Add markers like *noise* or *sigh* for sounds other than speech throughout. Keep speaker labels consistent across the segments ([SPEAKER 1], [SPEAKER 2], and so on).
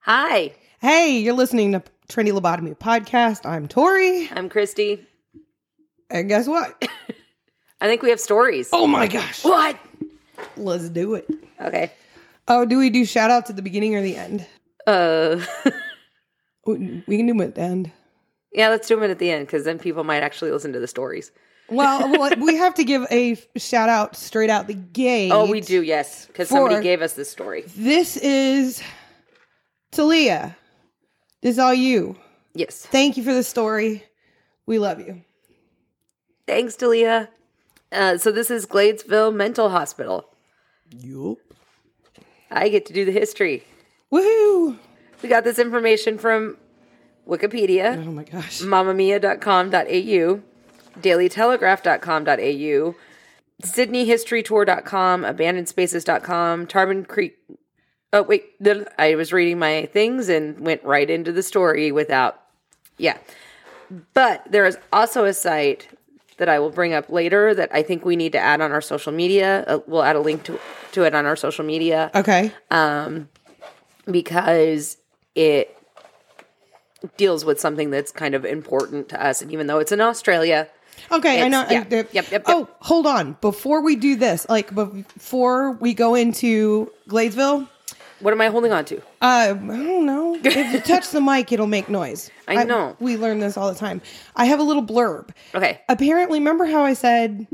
[SPEAKER 1] Hi,
[SPEAKER 2] Hey, you're listening to Trinity Lobotomy Podcast. I'm Tori.
[SPEAKER 1] I'm Christy.
[SPEAKER 2] And guess what?
[SPEAKER 1] I think we have stories.
[SPEAKER 2] Oh my gosh.
[SPEAKER 1] What?
[SPEAKER 2] *laughs* Let's do it.
[SPEAKER 1] Okay.
[SPEAKER 2] Oh, do we do shout outs at the beginning or the end?
[SPEAKER 1] Uh, *laughs*
[SPEAKER 2] We we can do it at the end.
[SPEAKER 1] yeah, let's do it at the end because then people might actually listen to the stories.
[SPEAKER 2] *laughs* Well, well, we have to give a shout out straight out the gate.
[SPEAKER 1] Oh, we do, yes, because somebody
[SPEAKER 2] For-
[SPEAKER 1] gave us this story.
[SPEAKER 2] This is Talia. This is all you.
[SPEAKER 1] Yes.
[SPEAKER 2] Thank you for the story. We love you.
[SPEAKER 1] Thanks, Dalia. Uh, so this is Gladesville Mental Hospital.
[SPEAKER 2] Yup.
[SPEAKER 1] I get to do the history.
[SPEAKER 2] Woohoo.
[SPEAKER 1] We got this information from Wikipedia,
[SPEAKER 2] Oh my gosh.
[SPEAKER 1] mamamia.com.au, dailytelegraph.com.au, sydneyhistorytour.com, abandonedSpaces.com, Tarban Creek. Oh, wait. The, I was reading my things and went right into the story without. Yeah. But there is also a site that I will bring up later that I think we need to add on our social media. Uh, we'll add a link to, to it on our social media
[SPEAKER 2] Okay.
[SPEAKER 1] because it deals with something that's kind of important to us. And even though it's in Australia,
[SPEAKER 2] Okay, I
[SPEAKER 1] It's-
[SPEAKER 2] know. I-
[SPEAKER 1] yeah.
[SPEAKER 2] there-
[SPEAKER 1] Yep, yep, yep.
[SPEAKER 2] Oh, hold on. Before we do this, like before we go into Gladesville,
[SPEAKER 1] what am I holding on to?
[SPEAKER 2] uh, I don't know.
[SPEAKER 1] *laughs*
[SPEAKER 2] If you touch the mic, it'll make noise.
[SPEAKER 1] I know.
[SPEAKER 2] we learn this all the time. I have a little blurb.
[SPEAKER 1] Okay.
[SPEAKER 2] Apparently, remember how I said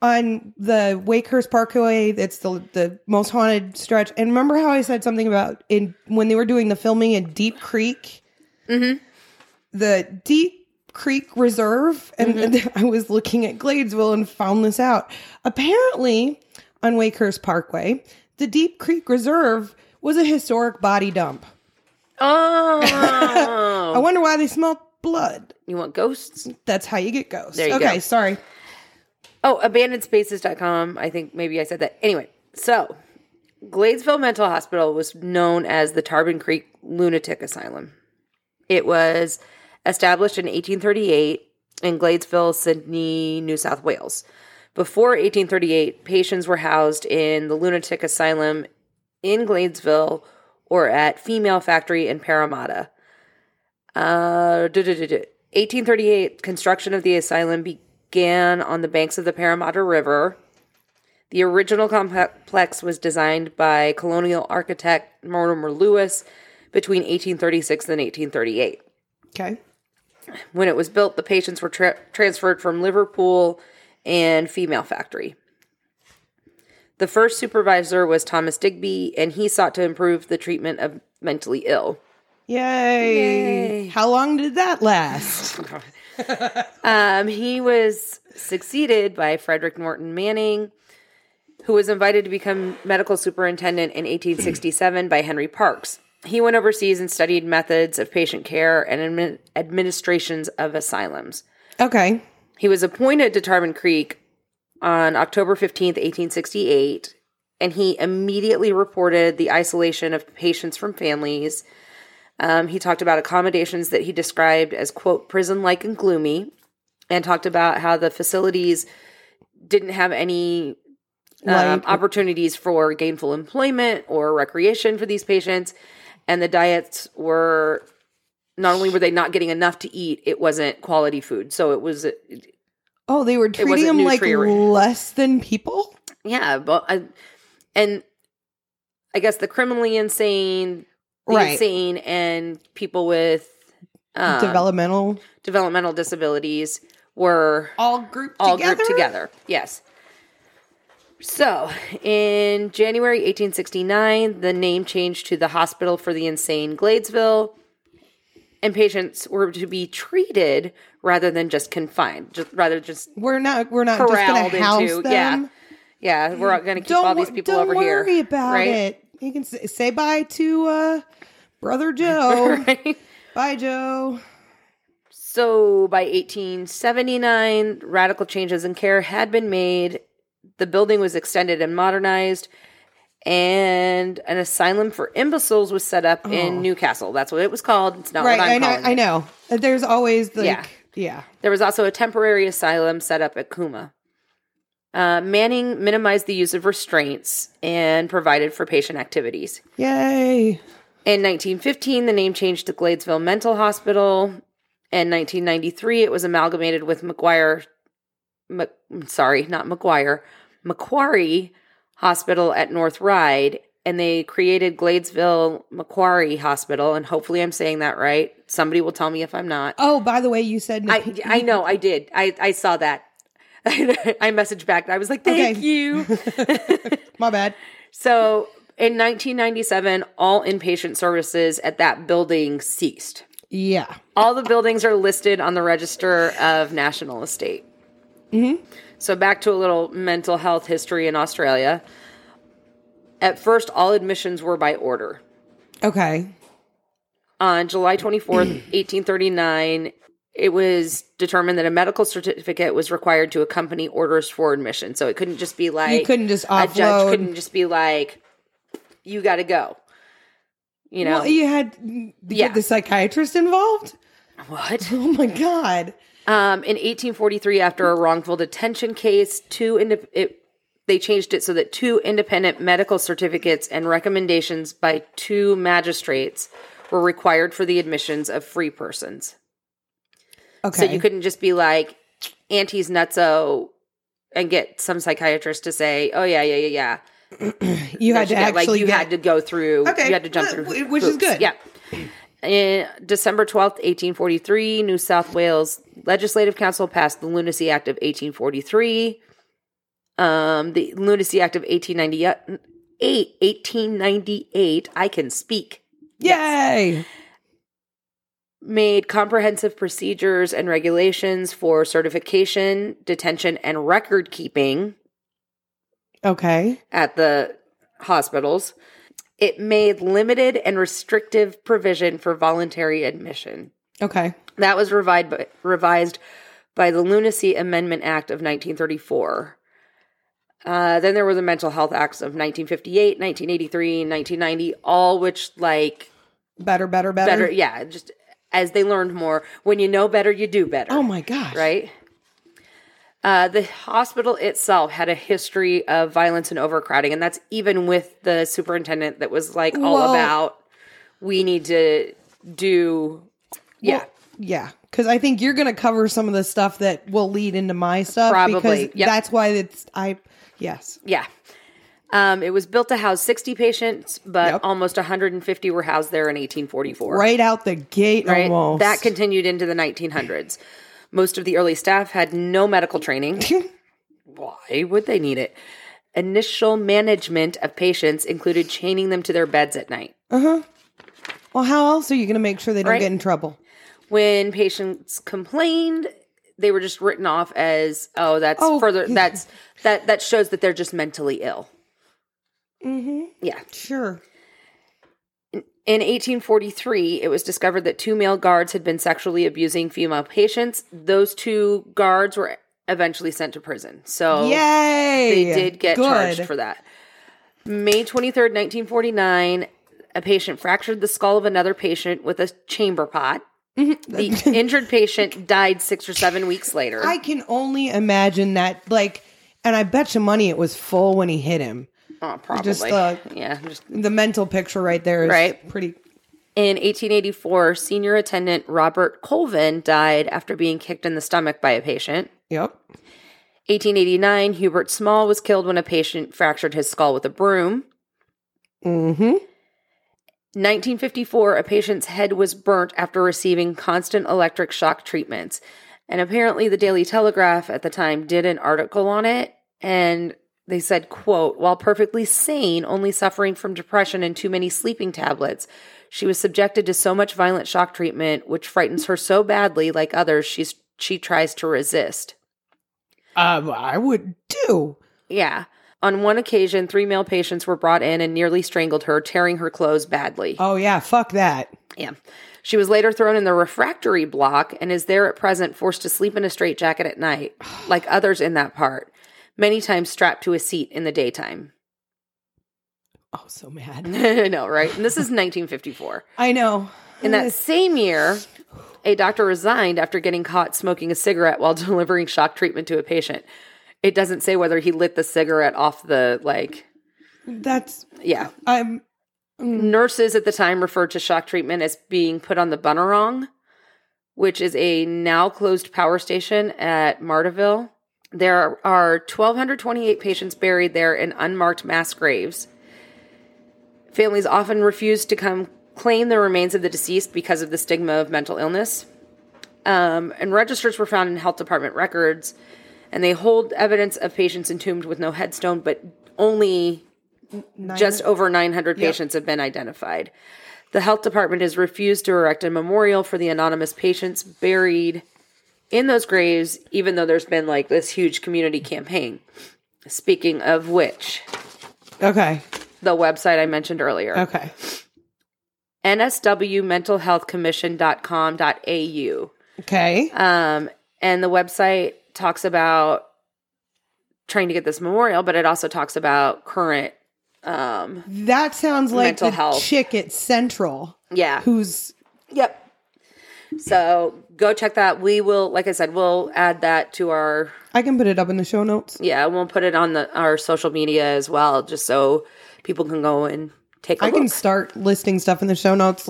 [SPEAKER 2] on the Wakehurst Parkway, it's the the most haunted stretch. And remember how I said something about in when they were doing the filming in Deep Creek,
[SPEAKER 1] Mm-hmm.
[SPEAKER 2] the Deep Creek Reserve, and
[SPEAKER 1] Mm-hmm.
[SPEAKER 2] *laughs* I was looking at Gladesville and found this out. Apparently, on Wakehurst Parkway, the Deep Creek Reserve was a historic body dump.
[SPEAKER 1] Oh,
[SPEAKER 2] I wonder why they smelled blood.
[SPEAKER 1] you want ghosts?
[SPEAKER 2] That's how you get ghosts.
[SPEAKER 1] There you
[SPEAKER 2] okay,
[SPEAKER 1] go.
[SPEAKER 2] sorry.
[SPEAKER 1] Oh, abandonedSpaces.com. I think maybe I said that. Anyway, so Gladesville Mental Hospital was known as the Tarban Creek Lunatic Asylum. It was established in 1838 in Gladesville, Sydney, New South Wales. Before 1838, patients were housed in the lunatic asylum in Gladesville or at Female Factory in Parramatta. Uh, duh, duh, duh, duh. 1838, construction of the asylum began on the banks of the Parramatta River. The original complex was designed by colonial architect Mortimer Lewis between 1836 and 1838.
[SPEAKER 2] Okay.
[SPEAKER 1] When it was built, the patients were tra- transferred from Liverpool and Female Factory. The first supervisor was Thomas Digby, and he sought to improve the treatment of mentally ill.
[SPEAKER 2] Yay. How long did that last?
[SPEAKER 1] Um, he was succeeded by Frederick Norton Manning, who was invited to become medical superintendent in 1867 by Henry Parks. He went overseas and studied methods of patient care and admin- administrations of asylums.
[SPEAKER 2] Okay.
[SPEAKER 1] He was appointed to Tarman Creek on October 15th, 1868, and he immediately reported the isolation of patients from families. Um, he talked about accommodations that he described as, quote, prison like and gloomy, and talked about how the facilities didn't have any um,
[SPEAKER 2] Light.
[SPEAKER 1] opportunities for gainful employment or recreation for these patients. And the diets were not only were they not getting enough to eat, it wasn't quality food. So it was
[SPEAKER 2] Oh, they were treating
[SPEAKER 1] wasn't
[SPEAKER 2] them like
[SPEAKER 1] nutrient-
[SPEAKER 2] less than people?
[SPEAKER 1] Yeah, but I, and I guess the criminally insane, the
[SPEAKER 2] Right.
[SPEAKER 1] insane, and people with um,
[SPEAKER 2] Developmental.
[SPEAKER 1] developmental disabilities were
[SPEAKER 2] All grouped
[SPEAKER 1] all grouped together. Yes. So, in January 1869, the name changed to the Hospital for the Insane Gladesville, and patients were to be treated rather than just confined, just, rather just
[SPEAKER 2] We're not we're not just gonna
[SPEAKER 1] corralled
[SPEAKER 2] house
[SPEAKER 1] into-
[SPEAKER 2] them.
[SPEAKER 1] yeah. yeah, we're going to keep
[SPEAKER 2] Don't,
[SPEAKER 1] all these
[SPEAKER 2] wo-
[SPEAKER 1] people
[SPEAKER 2] don't
[SPEAKER 1] over here.
[SPEAKER 2] worry about
[SPEAKER 1] right? *laughs*
[SPEAKER 2] it. You can say, say bye to uh
[SPEAKER 1] *laughs*
[SPEAKER 2] brother Joe. Bye Joe.
[SPEAKER 1] So by 1879, radical changes in care had been made. The building was extended and modernized, and an asylum for imbeciles was set up in Newcastle. That's what it was called. It's not
[SPEAKER 2] Oh. Right,
[SPEAKER 1] what
[SPEAKER 2] I
[SPEAKER 1] I'm
[SPEAKER 2] know
[SPEAKER 1] calling
[SPEAKER 2] I
[SPEAKER 1] it.
[SPEAKER 2] know. There's always like
[SPEAKER 1] Yeah.
[SPEAKER 2] yeah.
[SPEAKER 1] There was also a temporary asylum set up at Kuma. Uh, Manning minimized the use of restraints and provided for patient activities.
[SPEAKER 2] Yay.
[SPEAKER 1] In 1915, the name changed to Gladesville Mental Hospital. In 1993, it was amalgamated with McGuire, Mc, sorry, not McGuire, Macquarie Hospital at North Ride, and they created Gladesville Macquarie Hospital. And hopefully, I'm saying that right. Somebody will tell me if I'm not.
[SPEAKER 2] Oh, by the way, you said
[SPEAKER 1] I, I know, I did. I, I saw that. *laughs* I messaged back. I was like, thank
[SPEAKER 2] Okay.
[SPEAKER 1] you.
[SPEAKER 2] my bad.
[SPEAKER 1] So in 1997, all inpatient services at that building ceased.
[SPEAKER 2] Yeah.
[SPEAKER 1] All the buildings are listed on the Register of National Estate. Mm-hmm. So back to a little mental health history in Australia. At first, all admissions were by order.
[SPEAKER 2] Okay.
[SPEAKER 1] On July 24th,
[SPEAKER 2] *clears throat*
[SPEAKER 1] 1839, it was determined that a medical certificate was required to accompany orders for admission. So it couldn't just be like
[SPEAKER 2] You couldn't just
[SPEAKER 1] a judge
[SPEAKER 2] offload.
[SPEAKER 1] couldn't just be like, "You got to go." You know
[SPEAKER 2] Well, you had to
[SPEAKER 1] Yeah.
[SPEAKER 2] get the psychiatrist involved.
[SPEAKER 1] what?
[SPEAKER 2] Oh my god.
[SPEAKER 1] Um, in 1843, after a wrongful detention case, two inde- it, they changed it so that two independent medical certificates and recommendations by two magistrates were required for the admissions of free persons.
[SPEAKER 2] Okay.
[SPEAKER 1] So you couldn't just be like, "Auntie's nutso," and get some psychiatrist to say, "Oh yeah, yeah, yeah, yeah."
[SPEAKER 2] you had to
[SPEAKER 1] that you get,
[SPEAKER 2] actually
[SPEAKER 1] like you
[SPEAKER 2] get-
[SPEAKER 1] had to go through
[SPEAKER 2] Okay.
[SPEAKER 1] you had to jump
[SPEAKER 2] Uh,
[SPEAKER 1] through
[SPEAKER 2] which is
[SPEAKER 1] hoops.
[SPEAKER 2] good.
[SPEAKER 1] yeah in december 12th 1843 new south wales legislative council passed the lunacy act of 1843 um, the lunacy act of uh, 1898 1898 i can speak
[SPEAKER 2] Yay.
[SPEAKER 1] made comprehensive procedures and regulations for certification detention and record keeping
[SPEAKER 2] Okay.
[SPEAKER 1] at the hospitals. It made limited and restrictive provision for voluntary admission.
[SPEAKER 2] Okay.
[SPEAKER 1] That was revised by, revised by the Lunacy Amendment Act of 1934. Uh, then there were the Mental Health Acts of 1958, 1983, 1990, all which, like,
[SPEAKER 2] Better, better, better.
[SPEAKER 1] better, yeah, just as they learned more, when you know better, you do better
[SPEAKER 2] Oh my gosh.
[SPEAKER 1] right? Uh, the hospital itself had a history of violence and overcrowding, and that's even with the superintendent that was like all
[SPEAKER 2] Well-
[SPEAKER 1] about we need to do, yeah,
[SPEAKER 2] Well, yeah. Because I think you're going to cover some of the stuff that will lead into my stuff.
[SPEAKER 1] Probably,
[SPEAKER 2] Because
[SPEAKER 1] yep.
[SPEAKER 2] that's why it's, I, yes.
[SPEAKER 1] yeah. Um, it was built to house 60 patients, but
[SPEAKER 2] Yep.
[SPEAKER 1] almost 150 were housed there in 1844.
[SPEAKER 2] Right out the gate
[SPEAKER 1] right?
[SPEAKER 2] almost.
[SPEAKER 1] That continued into the 1900s. Most of the early staff had no medical
[SPEAKER 2] *laughs*
[SPEAKER 1] training. Why would they need it? Initial management of patients included chaining them to their beds at night.
[SPEAKER 2] well, how else are you going to make sure they don't
[SPEAKER 1] Right.
[SPEAKER 2] get in trouble?
[SPEAKER 1] When patients complained, they were just written off as, "Oh, that's
[SPEAKER 2] Oh,
[SPEAKER 1] further.
[SPEAKER 2] yeah.
[SPEAKER 1] That's that. That shows that they're just mentally ill." Mm-hmm. Yeah.
[SPEAKER 2] Sure.
[SPEAKER 1] In 1843, it was discovered that two male guards had been sexually abusing female patients. Those two guards were eventually sent to prison. So
[SPEAKER 2] Yay.
[SPEAKER 1] Oh, they did get
[SPEAKER 2] Good.
[SPEAKER 1] charged for that. May 23rd, 1949, a patient fractured the skull of another patient with a chamber pot.
[SPEAKER 2] Mm-hmm.
[SPEAKER 1] the
[SPEAKER 2] *laughs*
[SPEAKER 1] injured patient died six or seven weeks later.
[SPEAKER 2] I can only imagine that. Like, and I bet you money it was full when he hit him.
[SPEAKER 1] oh, probably.
[SPEAKER 2] just, uh,
[SPEAKER 1] yeah, just
[SPEAKER 2] The mental picture right there is
[SPEAKER 1] Right.
[SPEAKER 2] pretty.
[SPEAKER 1] In 1884, senior attendant Robert Colvin died after being kicked in the stomach by a patient.
[SPEAKER 2] Yep.
[SPEAKER 1] 1889, Hubert Small was killed when a patient fractured his skull with a broom.
[SPEAKER 2] Mm-hmm.
[SPEAKER 1] 1954, a patient's head was burnt after receiving constant electric shock treatments. And apparently the Daily Telegraph at the time did an article on it and they said, quote, while perfectly sane, only suffering from depression and too many sleeping tablets, she was subjected to so much violent shock treatment which frightens her so badly like others she's she tries to resist.
[SPEAKER 2] Um, I would too.
[SPEAKER 1] Yeah. On one occasion, three male patients were brought in and nearly strangled her, tearing her clothes badly.
[SPEAKER 2] Oh yeah, fuck that.
[SPEAKER 1] Yeah. She was later thrown in the refractory block and is there at present forced to sleep in a straitjacket at night, like others in that part, many times strapped to a seat in the daytime. *laughs*
[SPEAKER 2] Oh, so mad.
[SPEAKER 1] I know, right? And this is 1954.
[SPEAKER 2] I know.
[SPEAKER 1] In that same year, a doctor resigned after getting caught smoking a cigarette while *laughs* delivering shock treatment to a patient. It doesn't say whether he lit the cigarette off the, like,
[SPEAKER 2] That's
[SPEAKER 1] yeah.
[SPEAKER 2] I'm
[SPEAKER 1] Nurses at the time referred to shock treatment as being put on the Bunnerong, which is a now closed power station at Martaville. There are 1,228 patients buried there in unmarked mass graves. Families often refuse to come claim the remains of the deceased because of the stigma of mental illness. Um, and registers were found in health department records, and they hold evidence of patients entombed with no headstone, but only
[SPEAKER 2] Nine-
[SPEAKER 1] just over 900
[SPEAKER 2] Yep.
[SPEAKER 1] patients have been identified. The health department has refused to erect a memorial for the anonymous patients buried in those graves, even though there's been like this huge community campaign. Speaking of which,
[SPEAKER 2] Okay.
[SPEAKER 1] the website I mentioned earlier,
[SPEAKER 2] Okay.
[SPEAKER 1] nswmentalhealthcommission.com.au.
[SPEAKER 2] Okay.
[SPEAKER 1] Um, and the website talks about trying to get this memorial, but it also talks about current. Um,
[SPEAKER 2] that sounds like
[SPEAKER 1] mental
[SPEAKER 2] the
[SPEAKER 1] health.
[SPEAKER 2] chick at Central
[SPEAKER 1] yeah.
[SPEAKER 2] who's
[SPEAKER 1] Yep. So go check that. We will, like I said, we'll add that to our
[SPEAKER 2] I can put it up in the show notes.
[SPEAKER 1] yeah. We'll put it on the our social media as well, just so people can go and take a
[SPEAKER 2] I
[SPEAKER 1] look.
[SPEAKER 2] can start listing stuff in the show notes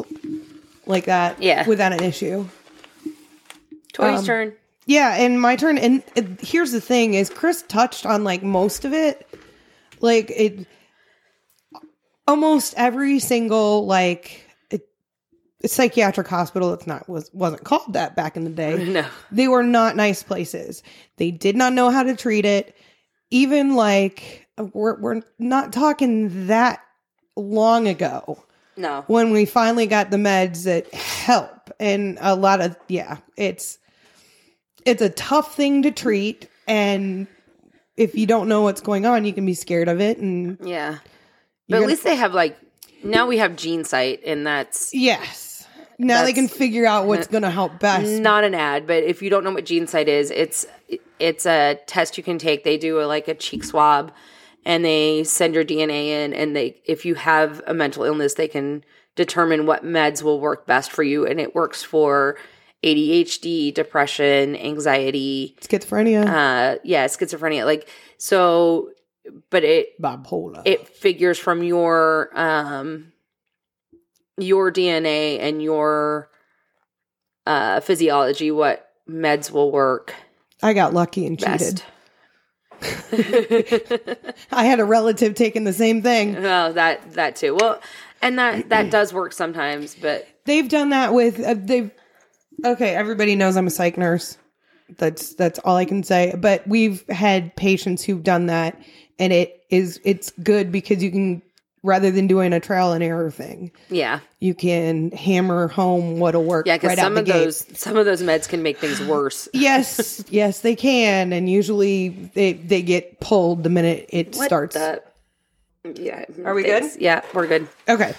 [SPEAKER 2] like that
[SPEAKER 1] Yeah.
[SPEAKER 2] without an issue.
[SPEAKER 1] Tori's
[SPEAKER 2] um,
[SPEAKER 1] turn. *laughs*
[SPEAKER 2] Yeah, and my turn. And uh, here's the thing: is Chris touched on like most of it, like it, almost every single like it, psychiatric hospital. It's not was wasn't called that back in the day.
[SPEAKER 1] No.
[SPEAKER 2] They were not nice places. They did not know how to treat it. Even like we're we're not talking that long ago
[SPEAKER 1] No.
[SPEAKER 2] when we finally got the meds that help and a lot of yeah it's it's a tough thing to treat and if you don't know what's going on you can be scared of it and
[SPEAKER 1] Yeah.
[SPEAKER 2] you're
[SPEAKER 1] But at
[SPEAKER 2] gonna-
[SPEAKER 1] least they have like now we have gene sight, and that's
[SPEAKER 2] yes now
[SPEAKER 1] That's-
[SPEAKER 2] they
[SPEAKER 1] Mm.
[SPEAKER 2] can figure out what's going to help best
[SPEAKER 1] not an ad. But if you don't know what gene sight is, it's it's a test you can take. They do a, like a cheek swab, and they send your DNA in, and they if you have a mental illness, they can determine what meds will work best for you, and it works for ADHD, depression, anxiety,
[SPEAKER 2] schizophrenia
[SPEAKER 1] uh, yeah, schizophrenia. Like so, but it
[SPEAKER 2] bipolar
[SPEAKER 1] it figures from your um your DNA and your uh physiology what meds will work
[SPEAKER 2] i got lucky and cheated
[SPEAKER 1] best.
[SPEAKER 2] i had a relative taking the same thing
[SPEAKER 1] *laughs* well, that that too. Well, and that that does work sometimes, but
[SPEAKER 2] they've done that with uh, they've okay everybody knows i'm a psych nurse that's that's all i can say but we've had patients who've done that and it is it's good because you can rather than doing a trial and error thing
[SPEAKER 1] yeah.
[SPEAKER 2] you can hammer home what'll work
[SPEAKER 1] Yeah, cuz
[SPEAKER 2] right
[SPEAKER 1] some
[SPEAKER 2] out
[SPEAKER 1] of
[SPEAKER 2] the gate.
[SPEAKER 1] those some of those meds can make things worse.
[SPEAKER 2] yes yes they can and usually they they get pulled the minute it starts
[SPEAKER 1] the- yeah.
[SPEAKER 2] Are we good?
[SPEAKER 1] thanks. Yeah, we're good.
[SPEAKER 2] Okay.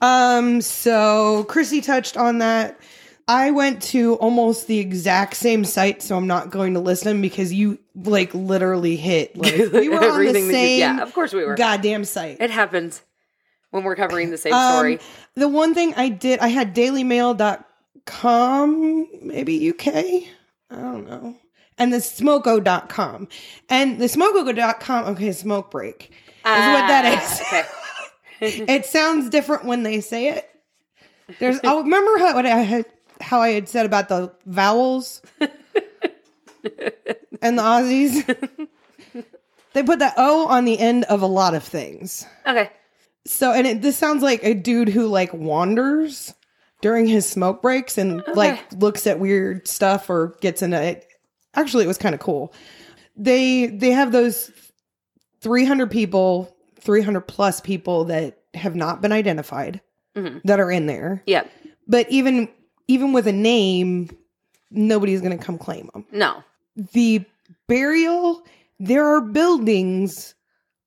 [SPEAKER 2] Um, so Chrissy touched on that. I went to almost the exact same site, so I'm not going to list them because you like
[SPEAKER 1] *laughs*
[SPEAKER 2] literally hit like we were on the
[SPEAKER 1] Everything
[SPEAKER 2] same
[SPEAKER 1] that you- yeah, of course we were.
[SPEAKER 2] goddamn site.
[SPEAKER 1] It happens when we're covering the same
[SPEAKER 2] Um,
[SPEAKER 1] story.
[SPEAKER 2] the one thing I did I had dailymail.com, maybe UK. I don't know. And the smoko.com. And the smoko.com, okay, smoke break. is what that
[SPEAKER 1] Ah,
[SPEAKER 2] is.
[SPEAKER 1] okay.
[SPEAKER 2] *laughs* it sounds different when they say it. There's. I remember how what I had how I had said about the vowels and the Aussies. they put the O on the end of a lot of things.
[SPEAKER 1] Okay.
[SPEAKER 2] So, and it, this sounds like a dude who like wanders during his smoke breaks and like looks at weird stuff or gets into it. Actually, it was kind of cool. They they have those 300 people, 300 plus people that have not been identified that are in there.
[SPEAKER 1] Yeah.
[SPEAKER 2] But even even with a name, nobody's going to come claim them
[SPEAKER 1] No.
[SPEAKER 2] the burial, there are buildings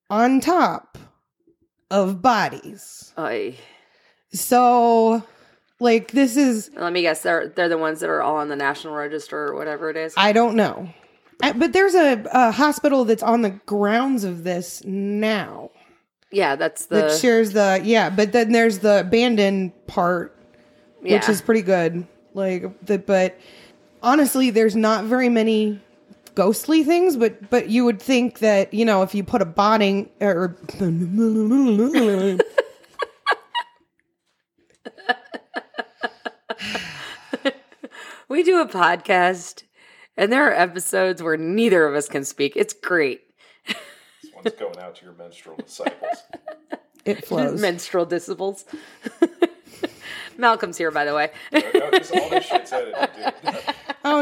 [SPEAKER 2] on top of bodies.
[SPEAKER 1] Oy.
[SPEAKER 2] So, like, this is,
[SPEAKER 1] Let me guess. They're they're the ones that are all on the national register or whatever it is.
[SPEAKER 2] I don't know. Uh, But there's a, a hospital that's on the grounds of this now
[SPEAKER 1] yeah, that's the
[SPEAKER 2] that shares the, yeah, but then there's the abandoned part,
[SPEAKER 1] yeah.
[SPEAKER 2] which is pretty good. Like, the, but honestly, there's not very many ghostly things, but but you would think that you know if you put a botting or
[SPEAKER 1] we do a podcast and there are episodes where neither of us can speak? It's great.
[SPEAKER 3] This one's going out to your menstrual disciples.
[SPEAKER 2] *laughs*
[SPEAKER 3] *laughs*
[SPEAKER 1] *laughs*
[SPEAKER 2] It flows.
[SPEAKER 1] Menstrual disciples. *laughs* Malcolm's here, by the way. *laughs*
[SPEAKER 3] No, this- all this shit's edited, dude.
[SPEAKER 2] Oh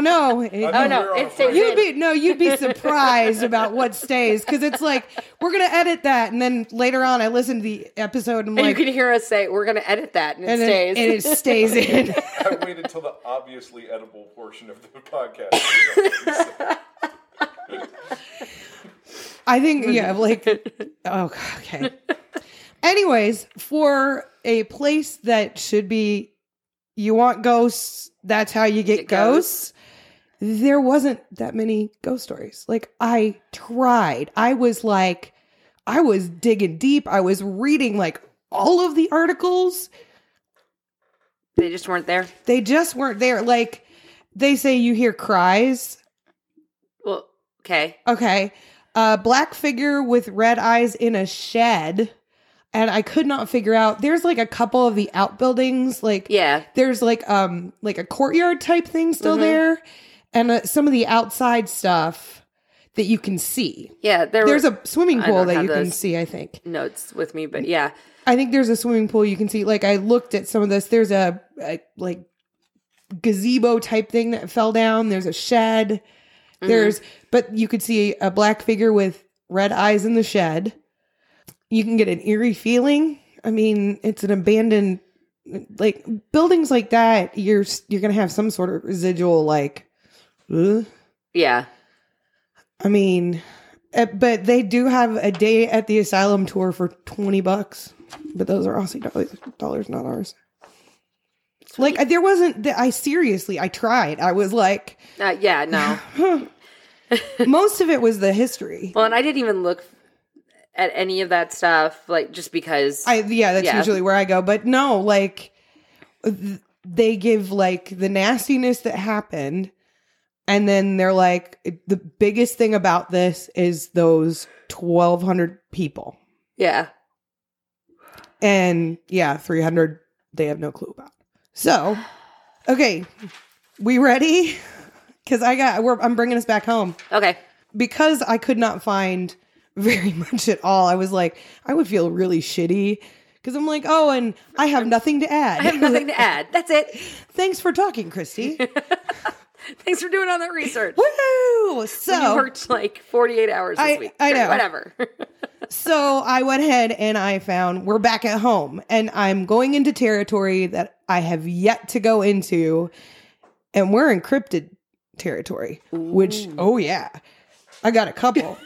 [SPEAKER 1] *laughs*
[SPEAKER 2] no! It-
[SPEAKER 3] I thought
[SPEAKER 1] no,
[SPEAKER 3] we were on
[SPEAKER 1] it
[SPEAKER 3] a
[SPEAKER 1] stays
[SPEAKER 3] break.
[SPEAKER 2] You'd be no, you'd be surprised about what stays because it's like we're gonna edit that, and then later on, I listen to the episode and I'm
[SPEAKER 1] and you
[SPEAKER 2] like,
[SPEAKER 1] can hear us say, we're going to edit that and it
[SPEAKER 2] and
[SPEAKER 1] stays.
[SPEAKER 2] it, and it stays in.
[SPEAKER 3] I waited until the obviously edible portion of the podcast.
[SPEAKER 2] I think yeah, like *laughs* oh okay. Anyways, for a place that should be you want ghosts, that's how you get
[SPEAKER 1] Get ghosts.
[SPEAKER 2] ghosts. There wasn't that many ghost stories. Like I tried. I was like I was digging deep. I was reading like all of the articles.
[SPEAKER 1] they just weren't there.
[SPEAKER 2] They just weren't there. Like they say you hear cries
[SPEAKER 1] Well, okay.
[SPEAKER 2] Okay. A black figure with red eyes in a shed. And I could not figure out. There's like a couple of the outbuildings, like
[SPEAKER 1] Yeah.
[SPEAKER 2] there's like um like a courtyard type thing still
[SPEAKER 1] Mhm.
[SPEAKER 2] there, and uh, some of the outside stuff that you can see.
[SPEAKER 1] Yeah. There
[SPEAKER 2] There's
[SPEAKER 1] were
[SPEAKER 2] a swimming
[SPEAKER 1] I
[SPEAKER 2] pool
[SPEAKER 1] don't
[SPEAKER 2] that
[SPEAKER 1] have
[SPEAKER 2] you can
[SPEAKER 1] those.
[SPEAKER 2] see. I think.
[SPEAKER 1] notes with me, but yeah.
[SPEAKER 2] I think there's a swimming pool you can see. Like I looked at some of this. There's a, a like gazebo type thing that fell down. There's a shed.
[SPEAKER 1] Mhm.
[SPEAKER 2] There's but you could see a black figure with red eyes in the shed. You can get an eerie feeling. I mean, it's an abandoned like buildings like that. You're s- you're gonna have some sort of residual like. ugh.
[SPEAKER 1] Yeah.
[SPEAKER 2] I mean, uh, but they do have a day at the asylum tour for twenty bucks. But those are Aussie dollars, dollars not ours. Like there wasn't. The, I seriously, I tried. I was like,
[SPEAKER 1] Uh, yeah.
[SPEAKER 2] *sighs*
[SPEAKER 1] No.
[SPEAKER 2] most of it was the history.
[SPEAKER 1] Well, and I didn't even look at any of that stuff, like just because.
[SPEAKER 2] I yeah, that's
[SPEAKER 1] Yeah.
[SPEAKER 2] usually where I go. But no, like th- they give like the nastiness that happened, and then they're like the biggest thing about this is those twelve hundred people,
[SPEAKER 1] yeah.
[SPEAKER 2] and yeah, three hundred they have no clue about. So, okay, we ready? *laughs* Because I got we're, I'm bringing us back home
[SPEAKER 1] Okay.
[SPEAKER 2] because I could not find *laughs* very much at all, I was like, I would feel really shitty because I'm like, oh, and I have nothing to add.
[SPEAKER 1] I have nothing to add. That's it.
[SPEAKER 2] Thanks for talking,
[SPEAKER 1] *laughs*
[SPEAKER 2] Christy.
[SPEAKER 1] Thanks for doing all that research.
[SPEAKER 2] Woo!
[SPEAKER 1] You
[SPEAKER 2] So,
[SPEAKER 1] worked like 48 hours this
[SPEAKER 2] I-
[SPEAKER 1] week.
[SPEAKER 2] I
[SPEAKER 1] Sure,
[SPEAKER 2] know.
[SPEAKER 1] Whatever. *laughs*
[SPEAKER 2] so I went ahead and I found we're back at home, and I'm going into territory that I have yet to go into, and we're encrypted territory. Which, oh yeah, I got a couple.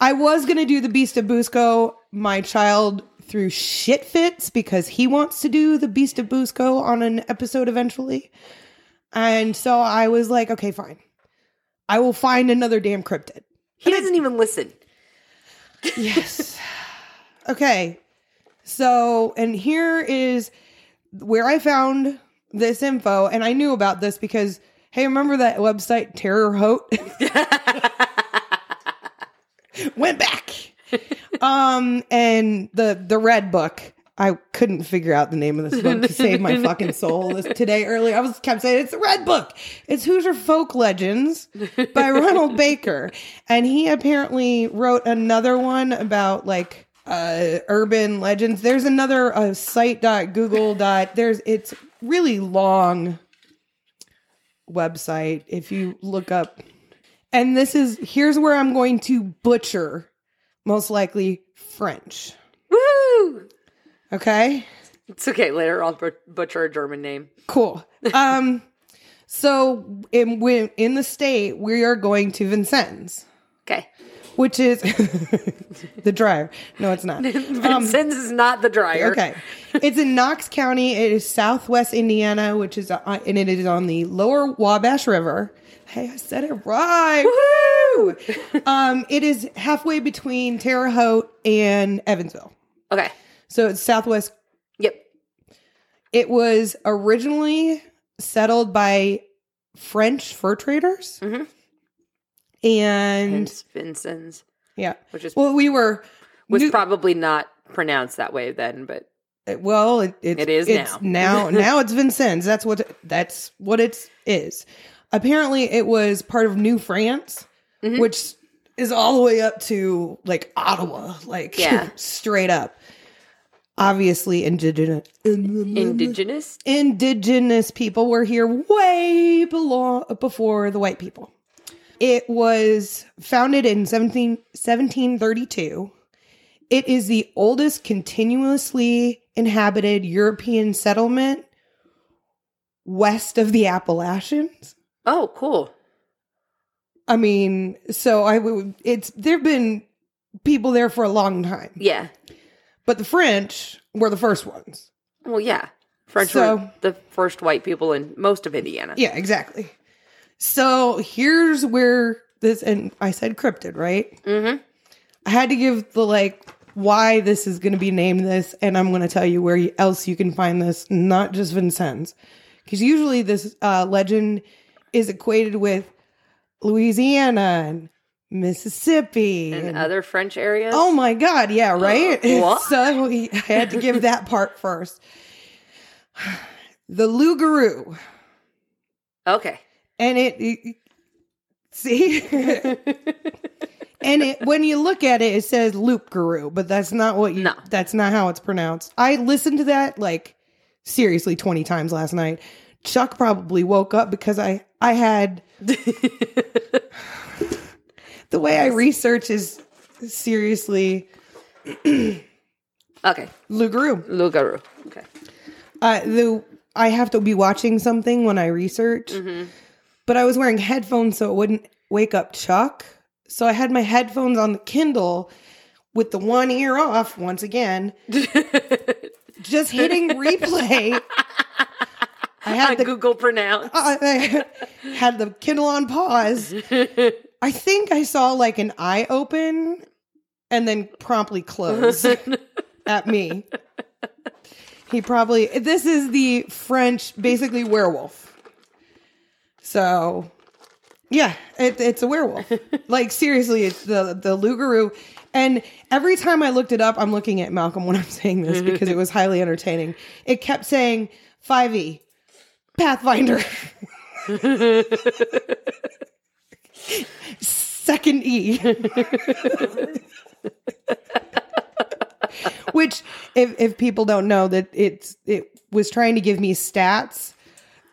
[SPEAKER 2] I was going to do the Beast of Busco. My child through shit fits because he wants to do the Beast of Busco on an episode eventually. And so I was like, okay, fine. I will find another damn cryptid.
[SPEAKER 1] he doesn't even listen.
[SPEAKER 2] Yes. *sighs* okay. So, and here is where I found this info. And I knew about this because, hey, remember that website, Terror Hote? *laughs* Went back. um, and the the red book. I couldn't figure out the name of this book to save my fucking soul this, today early. I was kept saying it's the red book. It's Hoosier Folk Legends by Ronald Baker. And he apparently wrote another one about like uh urban legends. There's another uh site dot google dot there's it's really long website if you look up and this is here's where I'm going to butcher most likely French.
[SPEAKER 1] Woo!
[SPEAKER 2] Okay?
[SPEAKER 1] It's okay. Later, I'll but- butcher a German name.
[SPEAKER 2] Cool. Um so in when in the state we are going to Vincennes,
[SPEAKER 1] Okay.
[SPEAKER 2] which is *laughs* the drive. No, it's not.
[SPEAKER 1] Vincennes is not the dryer.
[SPEAKER 2] Um, Okay. It's in Knox County. It is southwest Indiana, which is, uh, and it is on the lower Wabash River. Hey, I said it right. Woo! um, it is halfway between Terre Haute and Evansville.
[SPEAKER 1] *laughs* Okay.
[SPEAKER 2] So it's southwest.
[SPEAKER 1] Yep.
[SPEAKER 2] It was originally settled by French fur traders.
[SPEAKER 1] Mhm.
[SPEAKER 2] And
[SPEAKER 1] Vince- Vincennes,
[SPEAKER 2] yeah.
[SPEAKER 1] which is
[SPEAKER 2] Well, we were
[SPEAKER 1] was
[SPEAKER 2] New-
[SPEAKER 1] probably not pronounced that way then, but
[SPEAKER 2] It- Well, it, it's,
[SPEAKER 1] It is *laughs*
[SPEAKER 2] it's now. now it's Vincennes. That's what that's what it is. Apparently, it was part of New France,
[SPEAKER 1] Mm-hmm.
[SPEAKER 2] which is all the way up to like Ottawa, like
[SPEAKER 1] Yeah.
[SPEAKER 2] *laughs* straight up. Obviously, indigenous Mm-hmm.
[SPEAKER 1] Indigenous?
[SPEAKER 2] indigenous people were here way belo- before the white people. It was founded in 17, 1732. It is the oldest continuously inhabited European settlement west of the Appalachians.
[SPEAKER 1] Oh, cool.
[SPEAKER 2] I mean, so I would, it's, there've been people there for a long time,
[SPEAKER 1] Yeah.
[SPEAKER 2] but the French were the first ones.
[SPEAKER 1] Well, yeah. French were
[SPEAKER 2] So-
[SPEAKER 1] the first white people in most of Indiana.
[SPEAKER 2] Yeah, exactly. So here's where this, and I said cryptid, right?
[SPEAKER 1] Mm-hmm.
[SPEAKER 2] I had to give the like why this is going to be named this, and I'm going to tell you where you- else you can find this, not just Vincennes, because usually this uh, legend is equated with Louisiana and Mississippi.
[SPEAKER 1] And
[SPEAKER 2] and-
[SPEAKER 1] other French areas.
[SPEAKER 2] oh my
[SPEAKER 1] *gasps*
[SPEAKER 2] God, yeah, right. *laughs*
[SPEAKER 1] what?
[SPEAKER 2] so we- I had to give that part first. *sighs* The Lougarou,
[SPEAKER 1] Okay.
[SPEAKER 2] and it- it see. And it, when you look at it, it says Loop Guru, but that's not what you.
[SPEAKER 1] No.
[SPEAKER 2] That's not how it's pronounced. I listened to that like seriously twenty times last night. Chuck probably woke up because I I had the way I research is seriously
[SPEAKER 1] okay.
[SPEAKER 2] Loop Guru.
[SPEAKER 1] Lugaru. Okay.
[SPEAKER 2] *laughs* Uh, the I have to be watching something when I research, but I was wearing headphones so it wouldn't wake up Chuck. So I had my headphones on the Kindle with the one ear off once again. just hitting replay. I
[SPEAKER 1] I
[SPEAKER 2] had the
[SPEAKER 1] Google pronounce.
[SPEAKER 2] I had the Kindle on pause. I think I saw like an eye open and then promptly close at me. He probably this is the French basically werewolf. So yeah, it, it's a werewolf. like seriously, it's the the Lugaroo. And every time I looked it up, I'm looking at Malcolm when I'm saying this because it was highly entertaining. It kept saying 5e, Pathfinder. Second E. Which, if, if people don't know, that it's it was trying to give me stats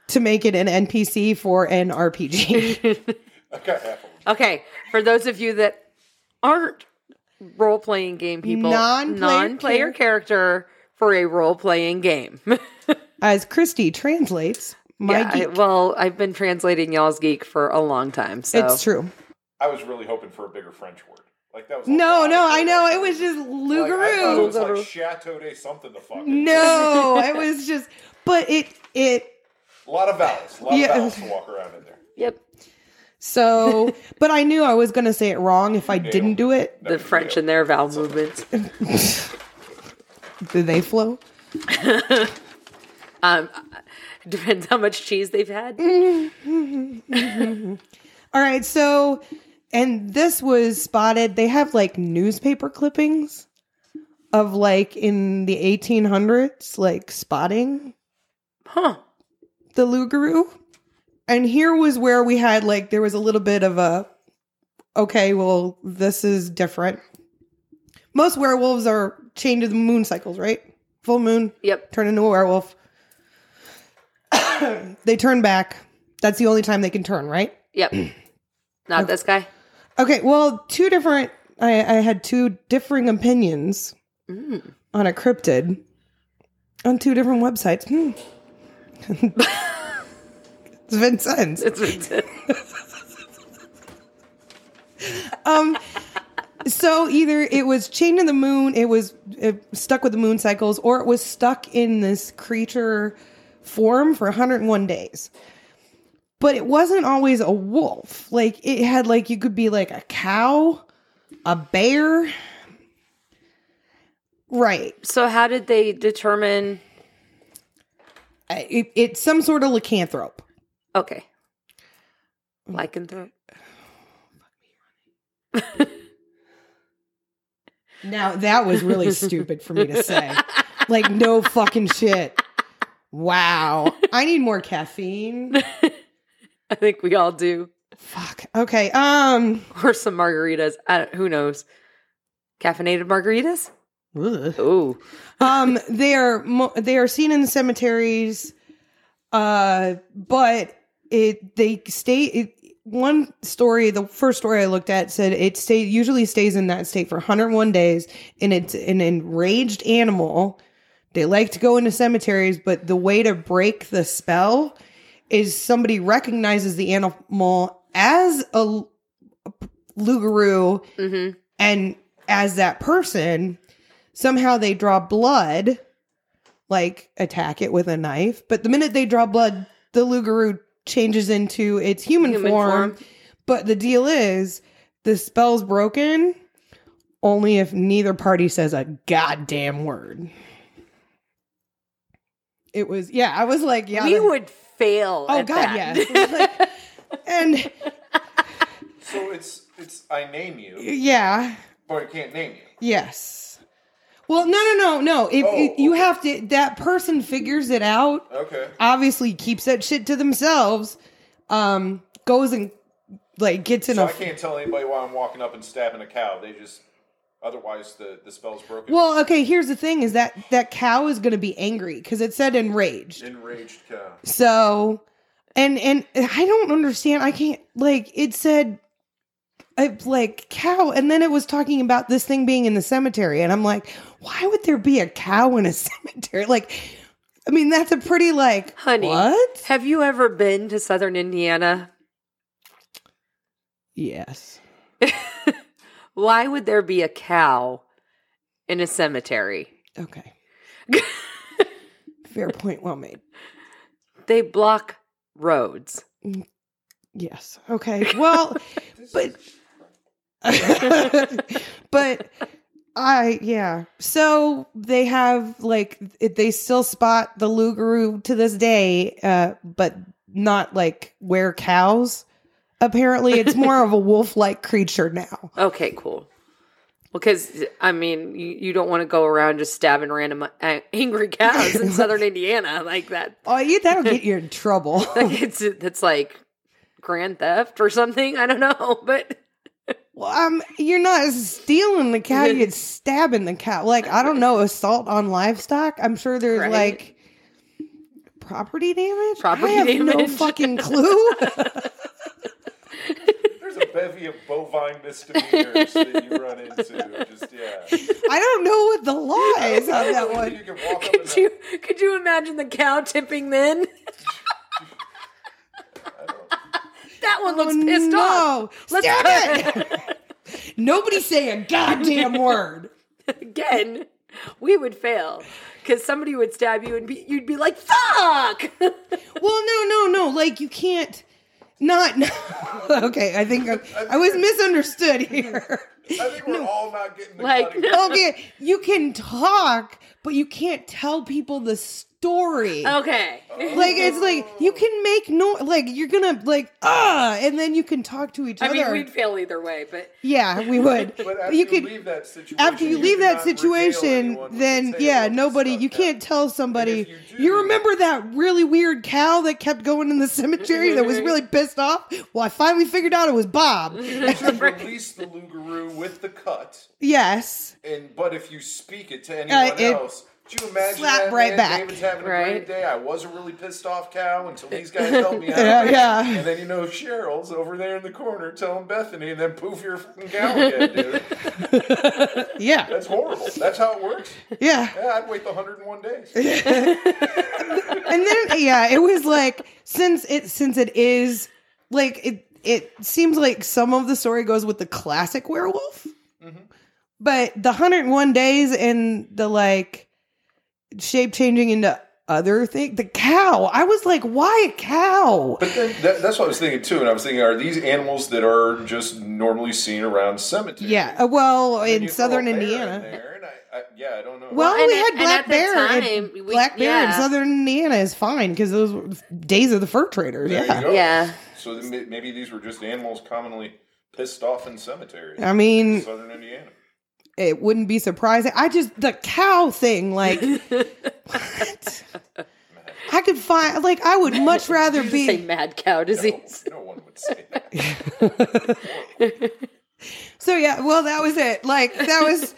[SPEAKER 2] to make it an NPC for an RPG.
[SPEAKER 3] I got half of them.
[SPEAKER 1] *laughs* Okay. For those of you that aren't role playing game people,
[SPEAKER 2] Non-player
[SPEAKER 1] non-player character for a role playing game. *laughs*
[SPEAKER 2] As Christy translates, my
[SPEAKER 1] Yeah, I-
[SPEAKER 2] geek.
[SPEAKER 1] well, I've been translating y'all's geek for a long time, so
[SPEAKER 2] it's true.
[SPEAKER 3] I was really hoping for a bigger French word. Like that was. a
[SPEAKER 2] No,
[SPEAKER 3] lot.
[SPEAKER 2] no, I know. It was just
[SPEAKER 3] Like, I thought it was
[SPEAKER 2] Lugaroo.
[SPEAKER 3] like Chateau de something to fucking.
[SPEAKER 2] No, it was just, but it, it,
[SPEAKER 3] A lot of vowels. A lot
[SPEAKER 2] Yeah.
[SPEAKER 3] of vowels to walk around in there.
[SPEAKER 1] yep,
[SPEAKER 2] so, but I knew I was going to say it wrong if I didn't do it. *laughs*
[SPEAKER 1] the French and their vowel movements. *laughs*
[SPEAKER 2] Do they flow?
[SPEAKER 1] Um, depends how much cheese they've had.
[SPEAKER 2] Mm. All right. So, and this was spotted. They have like newspaper clippings of like in the 1800s, like spotting
[SPEAKER 1] Huh?
[SPEAKER 2] the Lugaroo. And here was where we had like there was a little bit of a okay, well, this is different. Most werewolves are chained to the moon cycles, right? Full moon,
[SPEAKER 1] Yep.
[SPEAKER 2] turn into a werewolf. *coughs* they turn back. That's the only time they can turn, right?
[SPEAKER 1] Yep. Not this guy. *laughs*
[SPEAKER 2] Okay, well, two different I, I had two differing opinions
[SPEAKER 1] Mm.
[SPEAKER 2] on a cryptid on two different websites. Hmm. *laughs* it's Vincennes. um so either it was chained to the moon it was it stuck with the moon cycles or it was stuck in this creature form for 101 days but it wasn't always a wolf like it had like you could be like a cow a bear right
[SPEAKER 1] so how did they determine?
[SPEAKER 2] I- it, it's some sort of lycanthrope
[SPEAKER 1] Okay,
[SPEAKER 2] Mm.
[SPEAKER 1] lycanthrope.
[SPEAKER 2] now that was really stupid for me to say like no fucking shit. Wow. I need more caffeine.
[SPEAKER 1] *laughs* I think we all do.
[SPEAKER 2] Fuck. Okay. Um
[SPEAKER 1] Or some margaritas. I don't, who knows? Caffeinated margaritas? Ooh.
[SPEAKER 2] um they are mo- they are seen in the cemeteries uh but it they stay it, one story the first story i looked at said it stay usually stays in that state for 101 days and it's an enraged animal they like to go into cemeteries but the way to break the spell is somebody recognizes the animal as a, l- lugaroo
[SPEAKER 1] Mm-hmm.
[SPEAKER 2] and as that person somehow they draw blood like attack it with a knife but the minute they draw blood the lugaroo changes into its human,
[SPEAKER 1] Human
[SPEAKER 2] form,
[SPEAKER 1] form.
[SPEAKER 2] but the deal is the spell's broken only if neither party says a goddamn word it was yeah i was like yeah
[SPEAKER 1] we
[SPEAKER 2] that-
[SPEAKER 1] would fail.
[SPEAKER 2] oh
[SPEAKER 1] at
[SPEAKER 2] god
[SPEAKER 1] that.
[SPEAKER 2] yes It was like- and
[SPEAKER 3] So it's it's I name you,
[SPEAKER 2] yeah
[SPEAKER 3] but I can't name you.
[SPEAKER 2] Yes. Well, no, no, no, no. If
[SPEAKER 3] Oh,
[SPEAKER 2] if you
[SPEAKER 3] okay.
[SPEAKER 2] have to, that person figures it out.
[SPEAKER 3] Okay.
[SPEAKER 2] Obviously, keeps that shit to themselves. Um, goes and like gets in
[SPEAKER 3] So
[SPEAKER 2] a.
[SPEAKER 3] I can't tell anybody why I'm walking up and stabbing a cow. They just otherwise the the spell's broken.
[SPEAKER 2] Well, okay. Here's the thing: is that that cow is going to be angry because it said enraged.
[SPEAKER 3] Enraged cow.
[SPEAKER 2] So, and and I don't understand. I can't like it said, I, like cow, and then it was talking about this thing being in the cemetery, and I'm like, why would there be a cow in a *laughs* cemetery? Like, I mean, that's a pretty
[SPEAKER 1] *laughs*
[SPEAKER 2] like,
[SPEAKER 1] Honey.
[SPEAKER 2] what?
[SPEAKER 1] Have you ever been to Southern Indiana?
[SPEAKER 2] Yes.
[SPEAKER 1] Why would there be a cow in a cemetery?
[SPEAKER 2] Okay. *laughs* Fair point. Well made.
[SPEAKER 1] They block roads.
[SPEAKER 2] Yes. Okay. Well, but *laughs* but I yeah. So they have like it- they still spot the Lugaroo to this day, uh, but not like where cows. Apparently, it's more of a wolf-like creature now.
[SPEAKER 1] Okay, cool. Because I mean, you, you don't want to go around just stabbing random uh, angry cows in Southern Indiana like that.
[SPEAKER 2] Oh, you that'll get you in trouble.
[SPEAKER 1] Like it's that's like grand theft or something. I don't know, *laughs* but
[SPEAKER 2] Well, um, you're not stealing the cow;
[SPEAKER 1] *laughs*
[SPEAKER 2] you're stabbing the cow. Like I don't know, assault on livestock. I'm sure there's
[SPEAKER 1] Right.
[SPEAKER 2] like property damage.
[SPEAKER 1] Property
[SPEAKER 2] I have no
[SPEAKER 1] damage. *laughs*
[SPEAKER 2] fucking clue.
[SPEAKER 3] There's a bevy of bovine misdemeanors that you run into. Just
[SPEAKER 2] *laughs*
[SPEAKER 3] yeah.
[SPEAKER 2] I don't know what the law is on that
[SPEAKER 3] You
[SPEAKER 2] one.
[SPEAKER 3] can walk up
[SPEAKER 1] could
[SPEAKER 3] and
[SPEAKER 1] you could you imagine the cow tipping then? that one looks pissed off.
[SPEAKER 2] Oh, no.
[SPEAKER 1] Let's-
[SPEAKER 2] Stab it! Nobody say a goddamn word.
[SPEAKER 1] *laughs* Again, we would fail because somebody would stab you and be, you'd be like, "Fuck!" *laughs*
[SPEAKER 2] Well, no, no, no. Like you can't not. *laughs* okay, I think I, I was misunderstood here.
[SPEAKER 3] I think we're all not getting the
[SPEAKER 1] Like,
[SPEAKER 3] cutting.
[SPEAKER 1] no.
[SPEAKER 2] okay, you can talk, but you can't tell people the story.
[SPEAKER 1] Oh. okay,
[SPEAKER 2] Like it's like you can make no like you're gonna like ah, and then you can talk to each
[SPEAKER 1] I
[SPEAKER 2] other.
[SPEAKER 1] mean we'd fail either way, but
[SPEAKER 2] yeah, we would.
[SPEAKER 3] *laughs* But after
[SPEAKER 2] you
[SPEAKER 3] you,
[SPEAKER 2] could
[SPEAKER 3] leave that situation,
[SPEAKER 2] after you leave
[SPEAKER 3] do
[SPEAKER 2] that
[SPEAKER 3] not regale
[SPEAKER 2] situation,
[SPEAKER 3] anyone with
[SPEAKER 2] then
[SPEAKER 3] the tale
[SPEAKER 2] yeah,
[SPEAKER 3] of the
[SPEAKER 2] nobody.
[SPEAKER 3] stuff
[SPEAKER 2] You
[SPEAKER 3] that- *laughs*
[SPEAKER 2] can't tell somebody.
[SPEAKER 3] And
[SPEAKER 2] You,
[SPEAKER 3] if you do-
[SPEAKER 2] remember that really weird cow that kept going in the cemetery that was really pissed off? Well, I finally figured out it
[SPEAKER 1] *laughs*
[SPEAKER 2] was Bob. *laughs*
[SPEAKER 3] You release the Lugaroo with the cut,
[SPEAKER 2] yes.
[SPEAKER 3] and but if you speak it to anyone
[SPEAKER 2] Uh, it-
[SPEAKER 3] else, do you imagine
[SPEAKER 2] slap
[SPEAKER 3] that
[SPEAKER 2] right
[SPEAKER 3] man,
[SPEAKER 2] back.
[SPEAKER 3] David's having a
[SPEAKER 1] Right.
[SPEAKER 3] great day. I was a really pissed off cow until
[SPEAKER 2] *laughs*
[SPEAKER 3] these guys helped me out.
[SPEAKER 2] Yeah, yeah.
[SPEAKER 3] And then you know Cheryl's over there in the corner telling Bethany, and then poof, you're a fucking cow again, dude.
[SPEAKER 2] Yeah.
[SPEAKER 3] That's horrible. That's how it works.
[SPEAKER 2] Yeah.
[SPEAKER 3] Yeah, I'd wait the 101 days.
[SPEAKER 2] and then yeah, it was like since it since it is like it it seems like some of the story goes with the classic werewolf,
[SPEAKER 3] Mm-hmm.
[SPEAKER 2] but the hundred and one days and the like shape changing into other thing the cow i was like why a cow
[SPEAKER 3] But then that, that's what I was thinking too, and I was thinking, are these animals that are just normally seen around cemeteries?
[SPEAKER 2] yeah uh, well
[SPEAKER 3] And
[SPEAKER 2] in
[SPEAKER 3] you throw a
[SPEAKER 2] southern
[SPEAKER 3] bear in
[SPEAKER 2] indiana
[SPEAKER 3] there, and I- I- yeah, I don't know.
[SPEAKER 2] well,
[SPEAKER 1] Well,
[SPEAKER 2] we
[SPEAKER 1] and
[SPEAKER 2] had
[SPEAKER 1] at- and
[SPEAKER 2] black
[SPEAKER 1] at the
[SPEAKER 2] bear
[SPEAKER 1] time,
[SPEAKER 2] and
[SPEAKER 1] we-
[SPEAKER 2] black bear in
[SPEAKER 1] yeah.
[SPEAKER 2] southern indiana is fine because those were days of the fur traders
[SPEAKER 3] There
[SPEAKER 2] yeah
[SPEAKER 3] you go.
[SPEAKER 1] Yeah.
[SPEAKER 3] So then may-
[SPEAKER 2] Um,
[SPEAKER 3] maybe these were just animals commonly pissed off in cemeteries
[SPEAKER 2] i mean
[SPEAKER 3] in southern Indiana.
[SPEAKER 2] it wouldn't be surprising. I just the cow
[SPEAKER 1] *laughs*
[SPEAKER 2] thing, like what? I could find like I would
[SPEAKER 1] *laughs*
[SPEAKER 2] much rather
[SPEAKER 1] Say
[SPEAKER 2] be
[SPEAKER 1] mad cow disease.
[SPEAKER 3] No one would say that. *laughs*
[SPEAKER 2] so yeah, well that was it. Like that was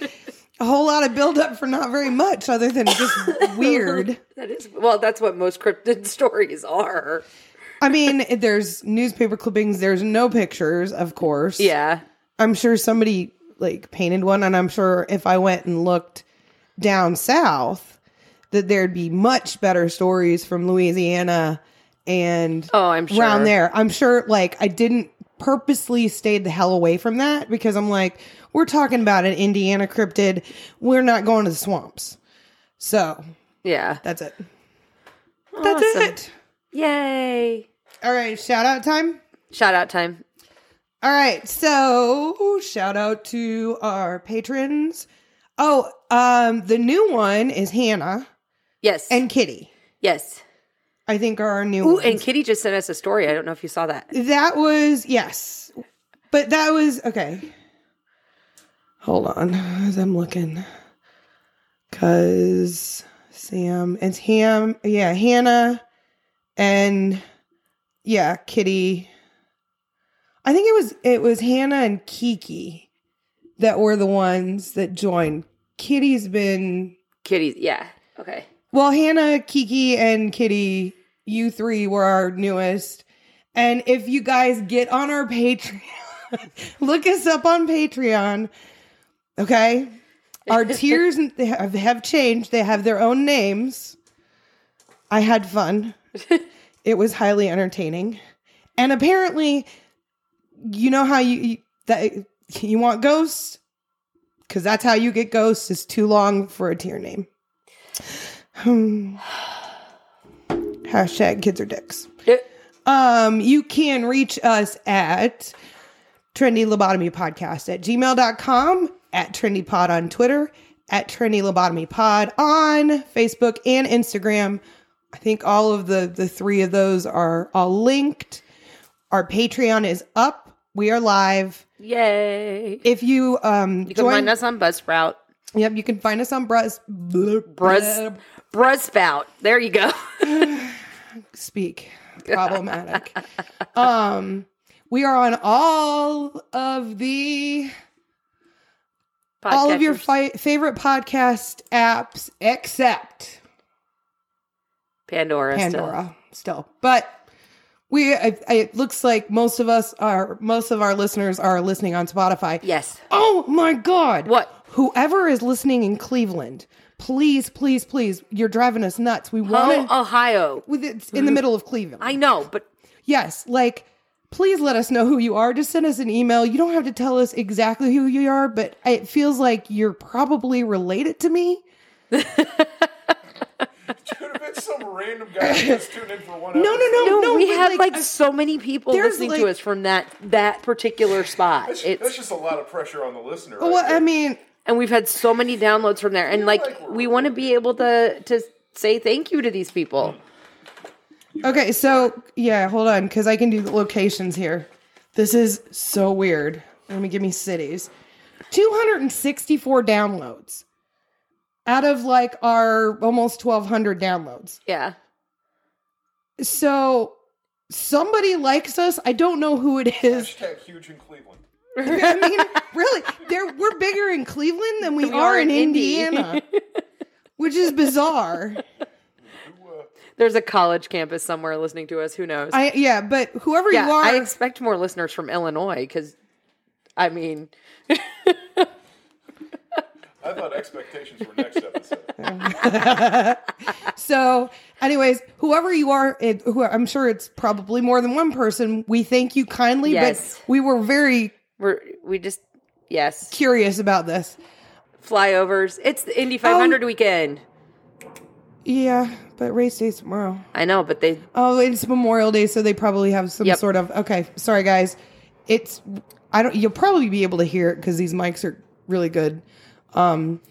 [SPEAKER 2] a whole lot of buildup for not very much other than
[SPEAKER 1] *laughs*
[SPEAKER 2] just weird.
[SPEAKER 1] That is well. That's what most cryptid *laughs* stories are.
[SPEAKER 2] I mean, there's newspaper clippings, there's no pictures, of course.
[SPEAKER 1] Yeah.
[SPEAKER 2] I'm sure somebody like painted one, and I'm sure if I went and looked down south, that there'd be much better stories from Louisiana and
[SPEAKER 1] Oh, I'm sure.
[SPEAKER 2] around there. I'm sure like I didn't purposely stayed the hell away from that because I'm like, we're talking about an Indiana cryptid. We're not going to the swamps. So
[SPEAKER 1] Yeah.
[SPEAKER 2] that's it. That's
[SPEAKER 1] Awesome.
[SPEAKER 2] it.
[SPEAKER 1] Yay.
[SPEAKER 2] All right, shout out time.
[SPEAKER 1] Shout out time.
[SPEAKER 2] All right, so shout out to our patrons. Oh, um, the new one is Hannah
[SPEAKER 1] Yes.
[SPEAKER 2] and Kitty.
[SPEAKER 1] yes.
[SPEAKER 2] I think are our new
[SPEAKER 1] Ooh,
[SPEAKER 2] ones.
[SPEAKER 1] and Kitty just sent us a story. I don't know if you saw that.
[SPEAKER 2] that was yes, but that was okay. Hold on, as I'm looking, cause Sam it's Ham. Yeah, Hannah and yeah, Kitty. I think it was it was Hannah and Kiki that were the ones that joined. Kitty's been
[SPEAKER 1] Kitty. Yeah. Okay.
[SPEAKER 2] well, Hannah, Kiki, and Kitty, you three were our newest. And if you guys get on our Patreon, *laughs* look us up on Patreon. Okay. Our tiers n- they have, have changed, they have their own names. I had fun, it was highly entertaining. And apparently, you know how you, you that you want ghosts because that's how you get ghosts is too long for a tier name Hmm. hashtag kids are dicks um you can reach us at trendy lobotomy podcast at gmail.com at trendy pod on twitter at trendy lobotomy pod on facebook and instagram i think all of the the three of those are all linked our patreon is up we are live
[SPEAKER 1] Yay.
[SPEAKER 2] if you um
[SPEAKER 1] You can find us on Buzzsprout.
[SPEAKER 2] yep you can find us on Bruz
[SPEAKER 1] Bruz, Buzzspout. There you go. *laughs*
[SPEAKER 2] speak problematic um we are on all of the *laughs* all of your
[SPEAKER 1] Podcatchers.
[SPEAKER 2] fi- favorite podcast apps except
[SPEAKER 1] Pandora. still.
[SPEAKER 2] pandora still but we I, I- it looks like most of us are most of our listeners are listening on spotify
[SPEAKER 1] Yes.
[SPEAKER 2] oh my god
[SPEAKER 1] What?
[SPEAKER 2] whoever is listening in cleveland please please please you're driving us nuts we
[SPEAKER 1] Home,
[SPEAKER 2] want it
[SPEAKER 1] Ohio.
[SPEAKER 2] with it's in the middle of cleveland
[SPEAKER 1] I know, but
[SPEAKER 2] Yes, like please let us know who you are. Just send us an email. You don't have to tell us exactly who you are, but it feels like you're probably related to me.
[SPEAKER 3] Could have been some random guy who just tuned in for one
[SPEAKER 2] *laughs* No, no, no, no.
[SPEAKER 1] no, we
[SPEAKER 2] but,
[SPEAKER 1] have like,
[SPEAKER 2] I-
[SPEAKER 1] so many people
[SPEAKER 2] there's,
[SPEAKER 1] listening
[SPEAKER 2] like-
[SPEAKER 1] to us from that that particular spot.
[SPEAKER 3] That's,
[SPEAKER 1] It's
[SPEAKER 3] that's just a lot of pressure on the listener. right
[SPEAKER 2] well,
[SPEAKER 3] there.
[SPEAKER 2] I mean,
[SPEAKER 1] and we've had so many downloads from there, and like
[SPEAKER 3] like we're-
[SPEAKER 1] we want to be able to to say thank you to these
[SPEAKER 2] Mm.
[SPEAKER 1] people.
[SPEAKER 2] okay, so yeah, hold on cuz I can do the locations here. This is so weird. Let me give me cities. 264 downloads out of like our almost 1200 downloads.
[SPEAKER 1] Yeah,
[SPEAKER 2] So somebody likes us. I don't know who it is.
[SPEAKER 3] Hashtag huge in Cleveland.
[SPEAKER 2] *laughs* I mean, really, there we're bigger in Cleveland than we, are, in
[SPEAKER 1] Indy. *laughs*
[SPEAKER 2] Indiana, which is bizarre.
[SPEAKER 1] there's a college campus somewhere listening to us. Who knows?
[SPEAKER 2] I yeah, but whoever
[SPEAKER 1] yeah,
[SPEAKER 2] you are,
[SPEAKER 1] I expect more listeners from Illinois because, I mean,
[SPEAKER 3] I thought expectations were next episode.
[SPEAKER 2] so anyways, whoever you are, it, who, I'm sure it's probably more than one person. We thank you kindly,
[SPEAKER 1] Yes.
[SPEAKER 2] but we were very
[SPEAKER 1] we're we just yes
[SPEAKER 2] curious about this.
[SPEAKER 1] flyovers. It's the Indy
[SPEAKER 2] Oh.
[SPEAKER 1] 500 weekend.
[SPEAKER 2] Yeah, but race day's tomorrow.
[SPEAKER 1] I know, but they
[SPEAKER 2] Oh, it's Memorial Day, so they probably have some
[SPEAKER 1] Yep.
[SPEAKER 2] sort of. Okay, sorry guys, it's I don't. You'll probably be able to hear it because these mics are really good. Um,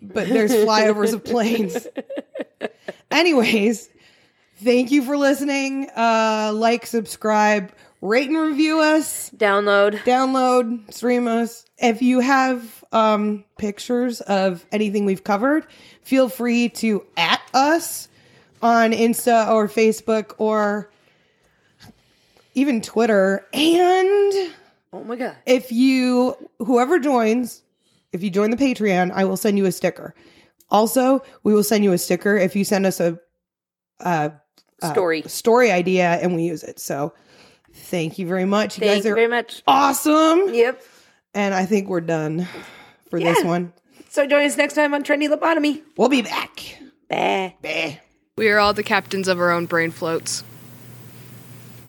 [SPEAKER 2] but there's flyovers of planes. Anyways, thank you for listening. Uh, like, subscribe, Rate and review us.
[SPEAKER 1] Download.
[SPEAKER 2] download, stream us. If you have um, pictures of anything we've covered, feel free to at us on Insta or Facebook or even Twitter. And
[SPEAKER 1] Oh my god.
[SPEAKER 2] if you, whoever joins, if you join the Patreon, I will send you a sticker. Also, we will send you a sticker if you send us a Uh,
[SPEAKER 1] Story.
[SPEAKER 2] story idea and we use it. So, thank you very much. You
[SPEAKER 1] Thank
[SPEAKER 2] guys are
[SPEAKER 1] you very much.
[SPEAKER 2] awesome.
[SPEAKER 1] Yep.
[SPEAKER 2] And I think we're done for this
[SPEAKER 1] Yeah.
[SPEAKER 2] one.
[SPEAKER 1] So join us next time on Trendy Lobotomy.
[SPEAKER 2] We'll be back.
[SPEAKER 1] Bye.
[SPEAKER 2] Bye.
[SPEAKER 4] We are all the captains of our own brain floats.